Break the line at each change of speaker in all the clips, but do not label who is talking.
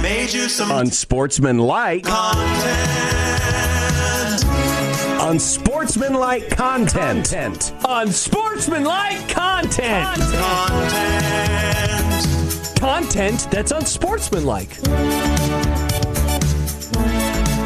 made you some
unsportsmanlike,
content.
unsportsmanlike content, unsportsmanlike content,
Content.
Content that's unsportsmanlike.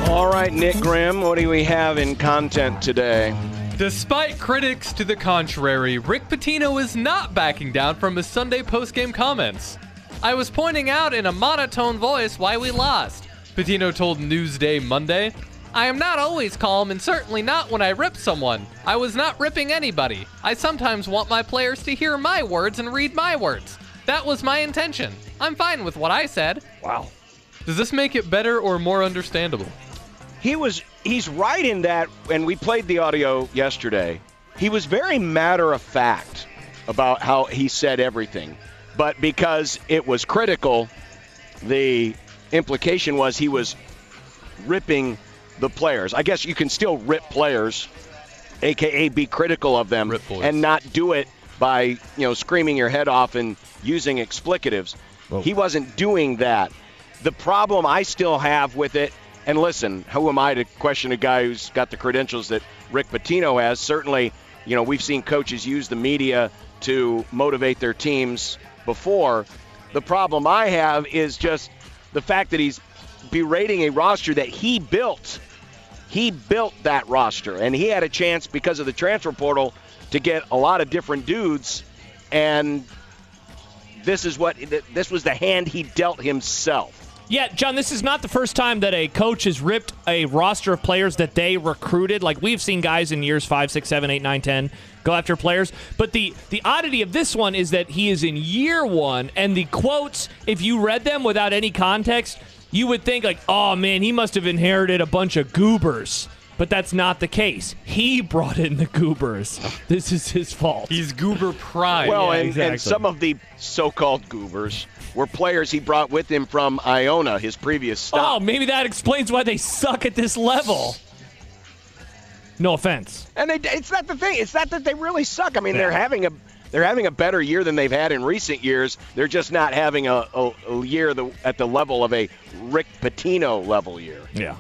All right, Nick Grimm, what do we have in content today?
Despite critics to the contrary, Rick Pitino is not backing down from his Sunday postgame comments. I was pointing out in a monotone voice why we lost, Pitino told Newsday Monday. I am not always calm and certainly not when I rip someone. I was not ripping anybody. I sometimes want my players to hear my words and read my words. That was my intention. I'm fine with what I said. Wow. Does this make it better or more understandable?
He was he's right in that and we played the audio yesterday. He was very matter of fact about how he said everything. But because it was critical, the implication was he was ripping the players. I guess you can still rip players, aka be critical of them
Rip boys.
and not do it by, you know, screaming your head off and using explicatives. He wasn't doing that. The problem I still have with it, and listen, who am I to question a guy who's got the credentials that Rick Pitino has? Certainly, you know, we've seen coaches use the media to motivate their teams before. The problem I have is just the fact that he's berating a roster that he built. He built that roster, and he had a chance because of the transfer portal to get a lot of different dudes. And this is what th- this was the hand he dealt himself.
Yeah, John, this is not the first time that a coach has ripped a roster of players that they recruited. Like we've seen guys in years five, six, seven, eight, nine, ten go after players. But the the oddity of this one is that he is in year one, and the quotes, if you read them without any context, you would think like, oh man, he must have inherited a bunch of goobers. But that's not the case. He brought in the goobers. This is his fault.
He's Goober Prime.
well,
Uh, yeah,
and,
exactly.
and some of the so-called goobers were players he brought with him from Iona, his previous
Oh,
stop.
maybe that explains why they suck at this level. No offense.
And they, it's not the thing. It's not that they really suck. I mean, they're having a they're having a better year than they've had in recent years. They're just not having a, a, a year the, at the level of a Rick Pitino level year.
Yeah.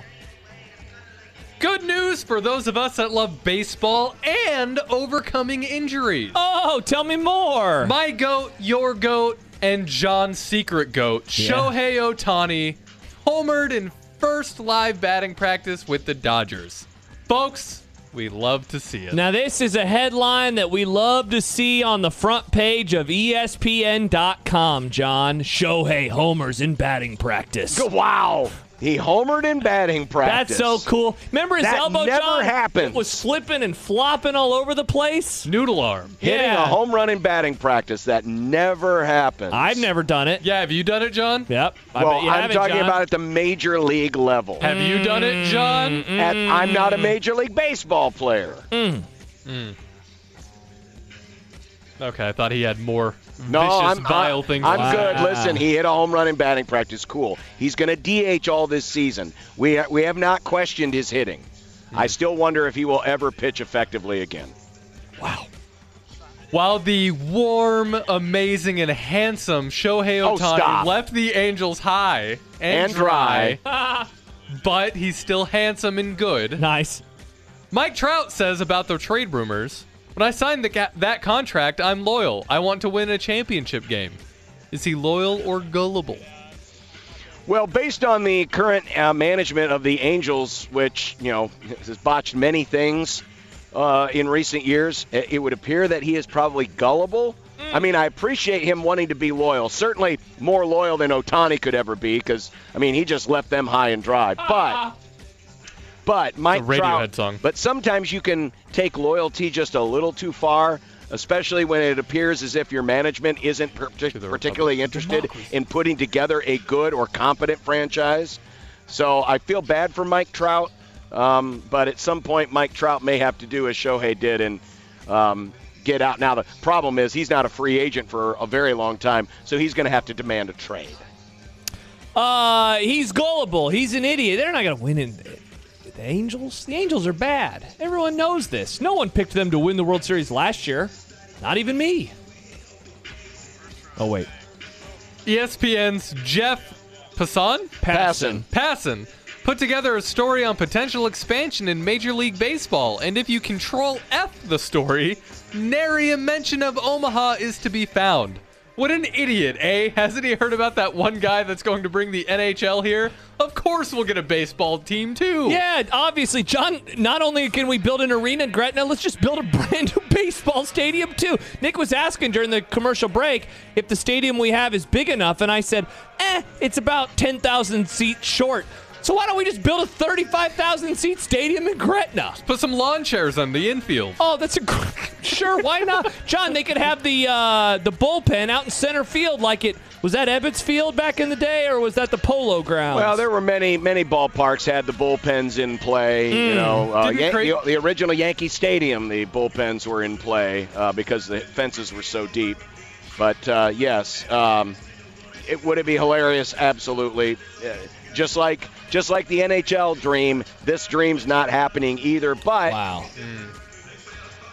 Good news for those of us that love baseball and overcoming injuries.
Oh, tell me more.
My goat, your goat, and John's secret goat, Shohei Otani, homered in first live batting practice with the Dodgers. Folks, we love to see it.
now, this is a headline that we love to see on the front page of E ESPN.com, John. Shohei homers in batting practice.
Wow. He homered in batting
That's
practice.
so cool. Remember his
That
elbow,
never
John?
happens.
It was flipping and flopping all over the place.
Noodle arm.
Hitting
Yeah.
a home run in batting practice. That never happens.
I've never done it.
Yeah, have you done it, John?
Yep. I
Well,
bet you
I'm
haven't,
talking
John.
about at the major league level.
Have you done it, John?
At- I'm not a
Mm.
major league baseball player.
Okay, I thought he had more
No,
vicious,
I'm
vile
I,
things.
I'm
to say.
good. Listen, he hit a home run in batting practice. Cool. He's going to DH all this season. We we have not questioned his hitting.
Mm.
I still wonder if he will ever pitch effectively again.
While the warm, amazing, and handsome Shohei
Oh,
Otani
stop.
left the Angels high and,
And dry.
but he's still handsome and good.
Nice.
Mike Trout says about the trade rumors When I signed the ca- that contract, I'm loyal. I want to win a championship game. Is he loyal or gullible?
Well, based on the current uh, management of the Angels, which you know has botched many things uh, in recent years, i- it would appear that he is probably gullible. I mean, I appreciate him wanting to be loyal. Certainly more loyal than Otani could ever be, because I mean, he just left them high and dry. But, but Mike
a Radiohead
Trout.
song.
But sometimes you can take loyalty just a little too far, especially when it appears as if your management isn't par- particularly interested in putting together a good or competent franchise. So I feel bad for Mike Trout, um, but at some point Mike Trout may have to do as Shohei did and um, get out. Now the problem is he's not a free agent for a very long time, so he's going to have to demand a trade.
Uh, he's gullible. He's an idiot. They're not going to win in the Angels. The Angels are bad. Everyone knows this. No one picked them to win the World Series last year. Not even me. Oh wait.
E ESPN's Jeff Passan?
Passan.
Passan put together a story on potential expansion in Major League Baseball, and if you control F the story, nary a mention of Omaha is to be found. What an idiot, eh? Hasn't he heard about that one guy that's going to bring the NHL here? Of course we'll get a baseball team too.
Yeah, obviously, John. Not only can we build an arena in Gretna, let's just build a brand new baseball stadium too. Nick was asking during the commercial break if the stadium we have is big enough, and I said, "Eh, it's about ten thousand seats short." So why don't we just build a thirty-five thousand seat stadium in Gretna?
Put some lawn chairs on the infield.
Oh, that's a gr- sure. Why not, John? They could have the uh, the bullpen out in center field, like it was that Ebbets Field back in the day, or was that the Polo Grounds?
Well, there were many, many ballparks had the bullpens in play.
Mm.
You know, uh,
Didn't
Yan-
Craig-
the, the original Yankee Stadium, the bullpens were in play uh, because the fences were so deep. But uh, yes, um, it, would it be hilarious? Absolutely. Uh, just like, just like the NHL dream, this dream's not happening either. But
wow.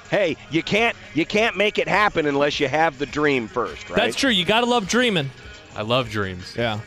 hey, you can't, you can't make it happen unless you have the dream first, right?
That's true. You gotta love dreaming.
I love dreams.
Yeah.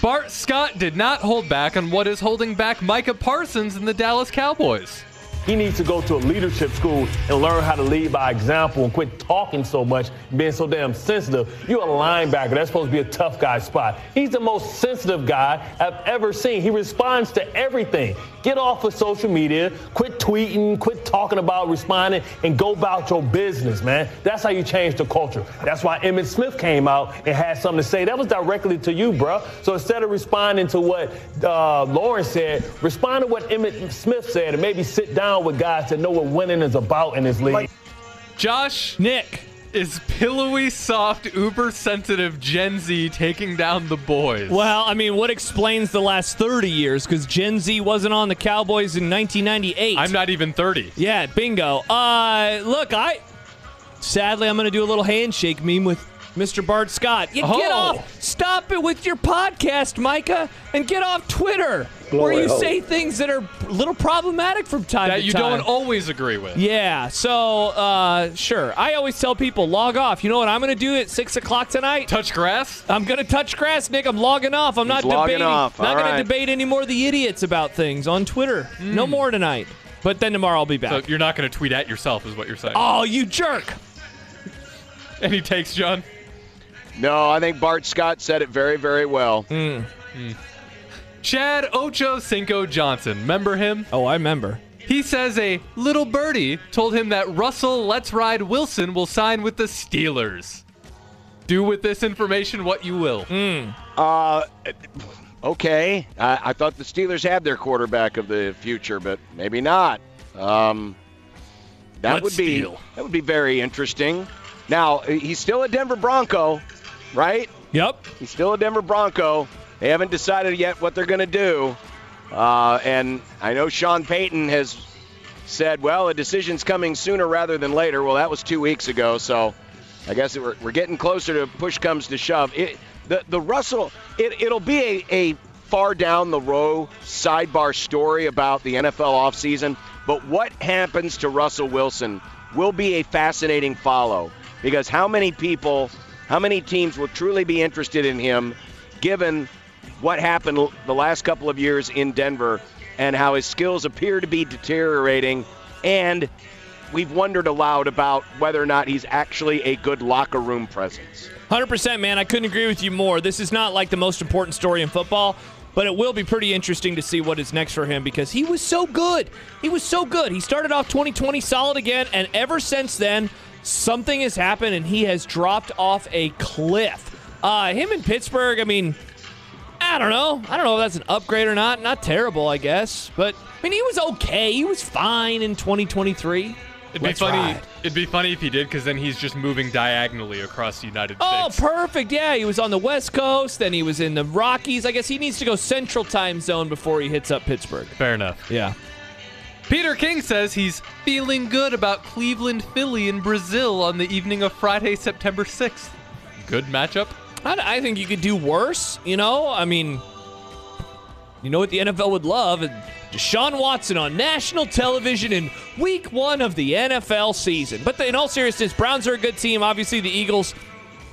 Bart Scott did not hold back on what is holding back Micah Parsons and the Dallas Cowboys.
He needs to go to a leadership school and learn how to lead by example and quit talking so much, being so damn sensitive. You're a linebacker. That's supposed to be a tough guy spot. He's the most sensitive guy I've ever seen. He responds to everything. Get off of social media, quit tweeting, quit talking about responding, and go about your business, man. That's how you change the culture. That's why Emmett Smith came out and had something to say. That was directly to you, bruh. So instead of responding to what uh, Lawrence said, respond to what Emmett Smith said and maybe sit down with guys that know what winning is about in this league.
Josh
Nick.
is pillowy, soft, uber sensitive Gen Z taking down the boys.
Well, I mean, what explains the last 30 years? Because Gen Z wasn't on the Cowboys in 1998.
I'm not even 30.
Yeah, bingo. Uh, look, I sadly I'm gonna do a little handshake meme with Mr. Bart Scott. You get
Oh.
off. Stop it with your podcast, Micah, and get off Twitter, where you say things that are a little problematic from time
That
to
you
time.
don't always agree with.
Yeah, so uh, sure. I always tell people log off. You know what I'm gonna do at six o'clock tonight?
Touch grass?
I'm gonna touch grass, Nick. I'm logging off. I'm not
He's logging
debating.
off.
Not
All
gonna
right.
debate any more of the idiots about things on Twitter. No more tonight. But then tomorrow I'll be
So
back.
Uh, you're not going to tweet at yourself, is what you're saying.
oh, you jerk!
Any takes, John?
No, I think Bart Scott said it very, very well.
Chad Ocho Cinco Johnson. Remember him?
Oh, I remember.
He says a little birdie told him that Russell Let's Ride Wilson will sign with the Steelers. Do with this information what you will.
Mm.
Uh, okay. I, I thought the Steelers had their quarterback of the future, but maybe not. Um, that
Let's
would be
steal.
that would be very interesting. Now uh, he's still a Denver Bronco, right?
Yep.
He's still a Denver Bronco. They haven't decided yet what they're going to do. Uh, and I know Sean Payton has said, well, a decision's coming sooner rather than later. Well, that was two weeks ago, so I guess we're, we're getting closer to push comes to shove. It, the, the Russell, it, it'll be a, a far down the row sidebar story about the NFL offseason, but what happens to Russell Wilson will be a fascinating follow because how many people, how many teams will truly be interested in him given what happened l- the last couple of years in Denver and how his skills appear to be deteriorating. And we've wondered aloud about whether or not he's actually a good locker room presence.
100%, man. I couldn't agree with you more. This is not like the most important story in football, but it will be pretty interesting to see what is next for him because he was so good. He was so good. He started off 2020 solid again, and ever since then, something has happened and he has dropped off a cliff. Uh, him in Pittsburgh, I mean, I don't know. I don't know if that's an upgrade or not. Not terrible, I guess. But, I mean, he was okay. He was fine in 2023.
It'd be
Let's
funny.
ride.
It'd be funny if he did, because then he's just moving diagonally across the United
Oh,
States.
perfect. Yeah, he was on the West Coast, then he was in the Rockies. I guess he needs to go central time zone before he hits up Pittsburgh.
Fair enough.
Yeah.
Peter King says he's feeling good about Cleveland, Philly, and Brazil on the evening of Friday, September 6th. Good matchup.
I, I think you could do worse, you know? I mean, you know what the NFL would love? Deshaun Watson on national television in week one of the NFL season. But in all seriousness, Browns are a good team. Obviously, the Eagles,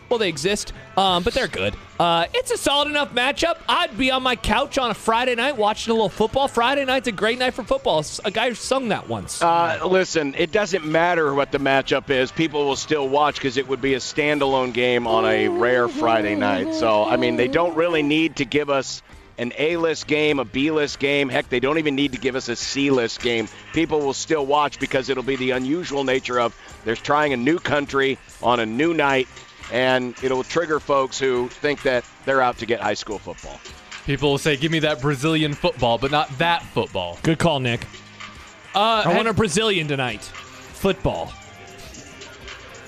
well, they exist, um, but they're good. Uh, it's a solid enough matchup. I'd be on my couch on a Friday night watching a little football. Friday night's a great night for football. S- A guy sung that once.
Uh, listen, it doesn't matter what the matchup is. People will still watch because it would be a standalone game on a rare Friday night. So, I mean, they don't really need to give us an A list game, a B list game. Heck, they don't even need to give us a C list game. People will still watch because it'll be the unusual nature of they're trying a new country on a new night, and it'll trigger folks who think that they're out to get high school football.
People will say, give me that Brazilian football, but not that football.
Good call, Nick.
Uh,
I
have,
want a Brazilian tonight. Football.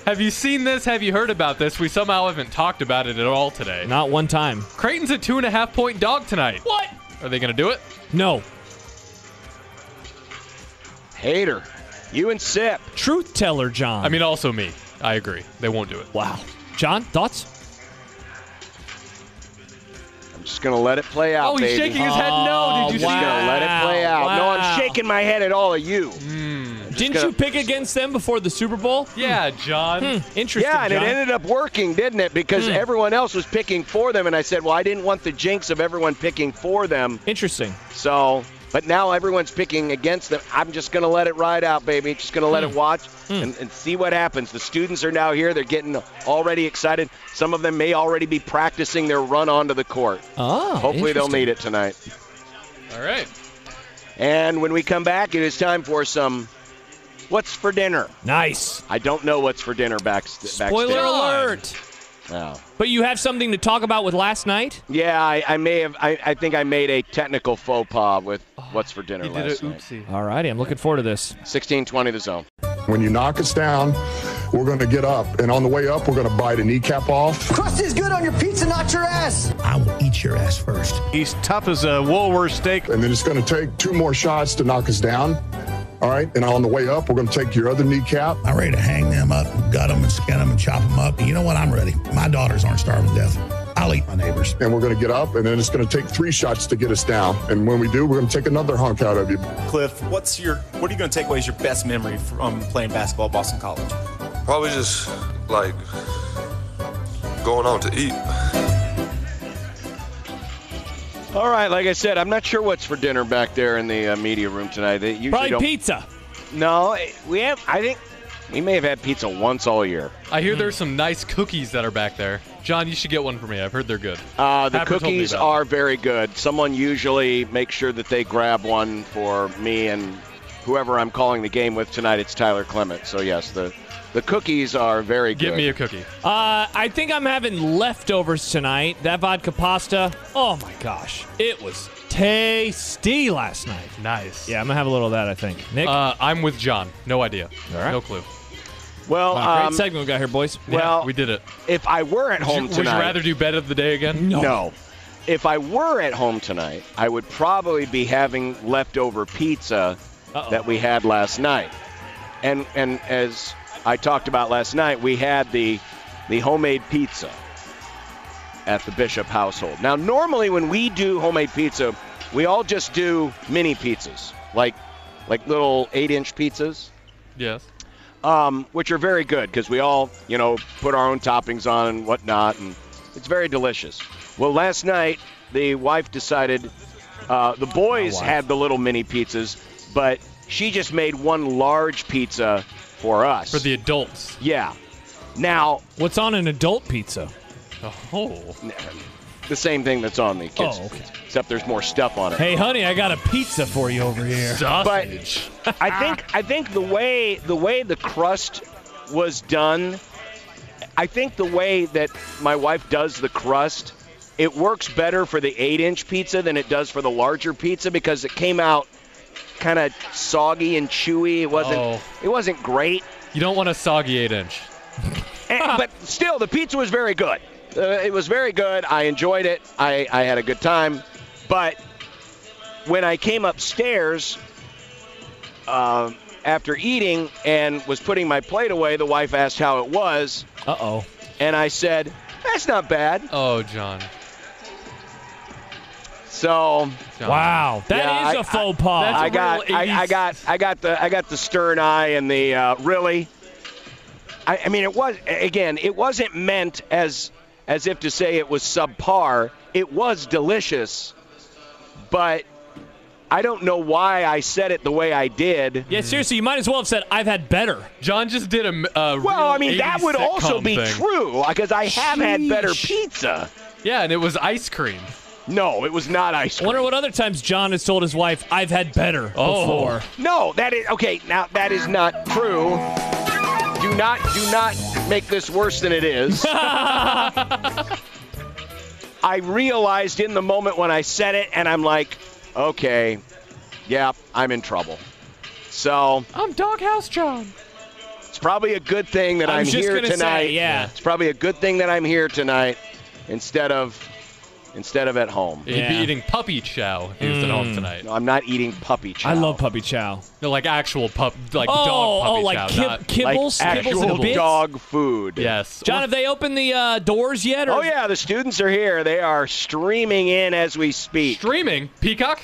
have you seen this? Have you heard about this? We somehow haven't talked about it at all today.
Not one time.
Creighton's a two and a half point dog tonight.
What?
Are they going to do it?
No.
Hater, you and Sip.
Truth teller, John.
I mean, also me. I agree. They won't do it.
wow. John, thoughts?
I'm just going to let it play out.
Oh, he's
baby. Oh,
shaking his head. No, did you
Just
see
gonna
that?
let it play out. No,
Wow.
I'm shaking my head at all of you.
Didn't
gonna-
you pick against them before the Super Bowl?
Yeah, John.
Interesting.
Yeah, and
John. Hmm.
it ended up working, didn't it? Because everyone else was picking for them, and I said, well, I didn't want the jinx of everyone picking for them.
Interesting.
So, but now everyone's picking against them. I'm just going to let it ride out, baby. Just going to
Hmm.
let it watch and, and see what happens. The students are now here. They're getting already excited. Some of them may already be practicing their run onto the court.
Oh,
Hopefully, they'll
interesting.
need it tonight.
All right.
And when we come back, it is time for some. What's for dinner?
Nice.
I don't know what's for dinner back, Oh. backstage.
Spoiler
John.
alert.
No.
But you have something to talk about with last night?
Yeah, I, I may have. I, I think I made a technical faux pas with what's for dinner
He did
last
a
night.
oopsie.
All righty. I'm looking forward to this.
Sixteen twenty the zone.
When you knock us down, we're going to get up. And on the way up, we're going to bite a kneecap off.
Crust is good on your pizza, not your ass.
I will eat your ass first.
He's tough as a Woolworth steak.
And then it's going to take two more shots to knock us down. All right. And on the way up, we're going to take your other kneecap.
I'm ready to hang them up, gut them, and skin them, and chop them up. You know what? I'm ready. My daughters aren't starving to death. I'll eat my neighbors.
And we're going to get up. And then it's going to take three shots to get us down. And when we do, we're going to take another hunk out of you.
Cliff, what's your what are you going to take away as your best memory from playing basketball at Boston College?
Probably just like going out to eat.
All right, like I said, I'm not sure what's for dinner back there in the uh, media room tonight. They usually
Probably
don't.
pizza.
No, eh, we have. I think we may have had pizza once all year.
I hear there's some nice cookies that are back there. John, you should get one for me. I've heard they're good.
Uh, the
Pepper told me
cookies
about
are very good. Someone usually makes sure that they grab one for me and whoever I'm calling the game with tonight. It's Tyler Clement. So yes, the the cookies are very
Get
good.
me a cookie.
Uh, I think I'm having leftovers tonight. That vodka pasta. Oh my gosh, it was tasty last night.
Nice.
Yeah, I'm gonna have a little of that. I think. Nick,
Uh, I'm with John. No idea.
right.
No clue.
well,
great
um,
segment we got here, boys.
well,
we did it.
if I were at
Would
home
you, would you
tonight,
rather do bed of the day again?
No. If I were at home tonight, I would probably be having leftover pizza that we had last night. And and as I talked about last night, we had the the homemade pizza at the Bishop household. Now normally when we do homemade pizza, we all just do mini pizzas, like like little 8-inch pizzas
Yes.
um, which are very good because we all, you know, put our own toppings on and whatnot, and it's very delicious. Well, last night the wife decided uh, the boys had the little mini pizzas, but she just made one large pizza for us.
For the adults.
yeah. Now
What's on an adult pizza?
Oh.
the same thing that's on the kids,
Oh, okay.
except there's more stuff on it.
Hey, honey, I got a pizza for you over here.
Sausage.
I think I think the way the way the crust was done, I think the way that my wife does the crust, it works better for the eight-inch pizza than it does for the larger pizza because it came out kind of soggy and chewy. It wasn't
Oh.
it wasn't great,
You don't want a soggy eight inch.
And- Eh, but still the pizza was very good. Uh, it was very good. I enjoyed it. I, I had a good time, but when I came upstairs um after eating and was putting my plate away, the wife asked how it was,
Uh oh.
and I said, "That's not bad."
Oh, John.
So
John.
Wow, that is
Yeah, I-
a faux pas.
that's-
I
real
got, I, I
80s.
got, I got the, I got the stern eye and the uh, really. I, I mean, it was again, it wasn't meant as as if to say it was subpar. It was delicious, but I don't know why I said it the way I did.
Yeah, seriously, you might as well have said I've had better.
John just did a. a
Well, I mean,
real
that would
80s
also
sitcom
be
thing.
true because I have had better pizza.
Yeah, and it was ice cream.
No, it was not ice
I
cream.
wonder what other times John has told his wife I've had better
Oh.
before.
No, that is okay. Now that is not true. Do not do not make this worse than it is. I realized in the moment when I said it, and I'm like, okay, yeah, I'm in trouble. So
I'm Doghouse John.
it's probably a good thing that
I
I'm
was just
here
gonna say,
tonight.
yeah.
it's probably a good thing that I'm here tonight instead of instead of at home.
He'd be
Yeah.
eating puppy chow if he was at home tonight.
No, I'm not eating puppy chow.
I love puppy chow.
No, like actual pup, like
oh,
dog puppy
oh, like
chow.
kib-
not-
like
kibbles, kibbles
actual
and bits.
dog food.
yes.
John, have they opened the uh, doors yet? Or
Oh yeah, the students are here. They are streaming in as we speak.
streaming Peacock.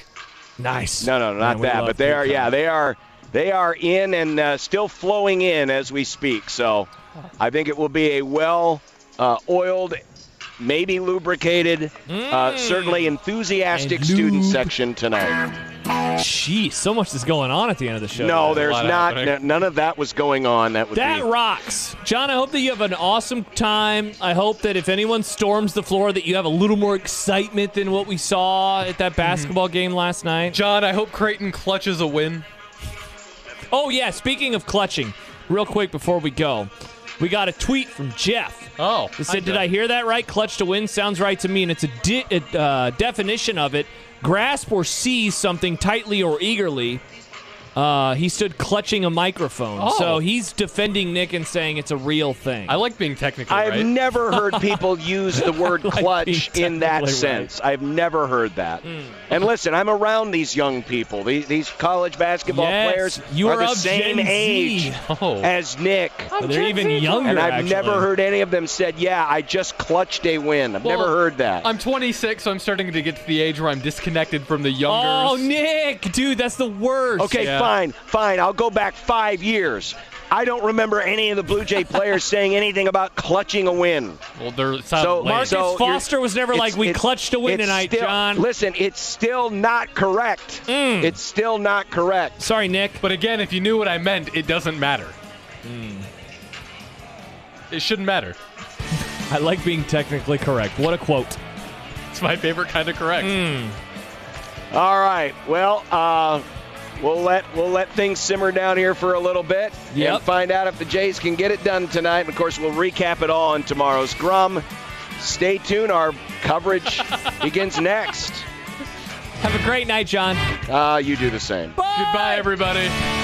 nice.
no, no, not
Man, we
that,
love
but they are.
Peacock.
Yeah, they are. They are in and uh, still flowing in as we speak. So, I think it will be a well-oiled, maybe lubricated, uh, certainly enthusiastic
And
student
lube.
section tonight.
Jeez, so much is going on at the end of the show.
No,
today.
there's
lot
not.
happening.
n- none of that was going on. That would
That
be.
rocks. John, I hope that you have an awesome time. I hope that if anyone storms the floor that you have a little more excitement than what we saw at that basketball game last night.
John, I hope Creighton clutches a win.
Oh yeah, speaking of clutching, real quick before we go. We got a tweet from Jeff.
Oh,
It said,
hi,
"Did
Jeff."
I hear that right? Clutch to win sounds right to me, and it's a di- it, uh, definition of it: grasp or seize something tightly or eagerly." Uh, he stood clutching a microphone,
Oh.
so he's defending Nick and saying it's a real thing.
I like being technical,
I've
right?
never heard people use the word
Like
clutch
being technically
in that
right. Hmm.
sense. I've never heard that. And listen, I'm around these young people. These, these college basketball
Yes,
players
you are
the
of
same
Gen Z.
age
Oh.
as Nick.
But they're even younger.
And I've
actually.
never heard any of them said, "Yeah, I just clutched a win." I've
Well,
never heard that.
I'm 26, so I'm starting to get to the age where I'm disconnected from the younger.
Oh, Nick, dude, that's the worst.
okay,
yeah.
fine, fine. I'll go back five years. I don't remember any of the Blue Jay players saying anything about clutching a win.
Well, they're
So,
so,
Marcus
so
you're-
Foster was never like
It's-
we
it's-
clutched a win
it's
tonight,
still-
John. Mm.
Listen, it's still not correct. It's still not correct.
Sorry, Nick.
But again, if you knew what I meant, it doesn't matter. Hmm. It shouldn't matter.
I like being technically correct. What a quote.
It's my favorite kind of correct.
All right. Well, uh, we'll let we'll let things simmer down here for a little bit
Yep.
and find out if the Jays can get it done tonight. And of course, we'll recap it all on tomorrow's Grum. Stay tuned. Our coverage begins next.
Have a great night, John.
Uh, you do the same.
Goodbye, everybody.